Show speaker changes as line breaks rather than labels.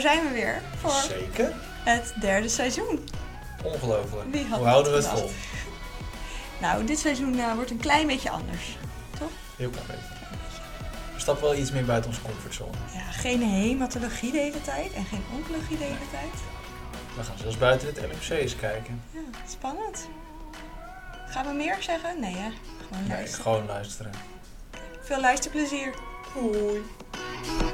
zijn we weer voor
Zeker.
het derde seizoen.
Ongelooflijk.
Wie had
Hoe houden we
dat
het vol?
gedacht? Nou, dit seizoen eh, wordt een klein beetje anders.
Heel klein beetje. We stappen wel iets meer buiten onze comfortzone.
Ja, geen hematologie de hele tijd en geen oncologie de hele tijd.
We gaan zelfs buiten het LFC eens kijken.
Ja, spannend. Gaan we meer zeggen? Nee hè? Gewoon
Nee,
luisteren.
gewoon luisteren.
Veel luisterplezier.
Hoi.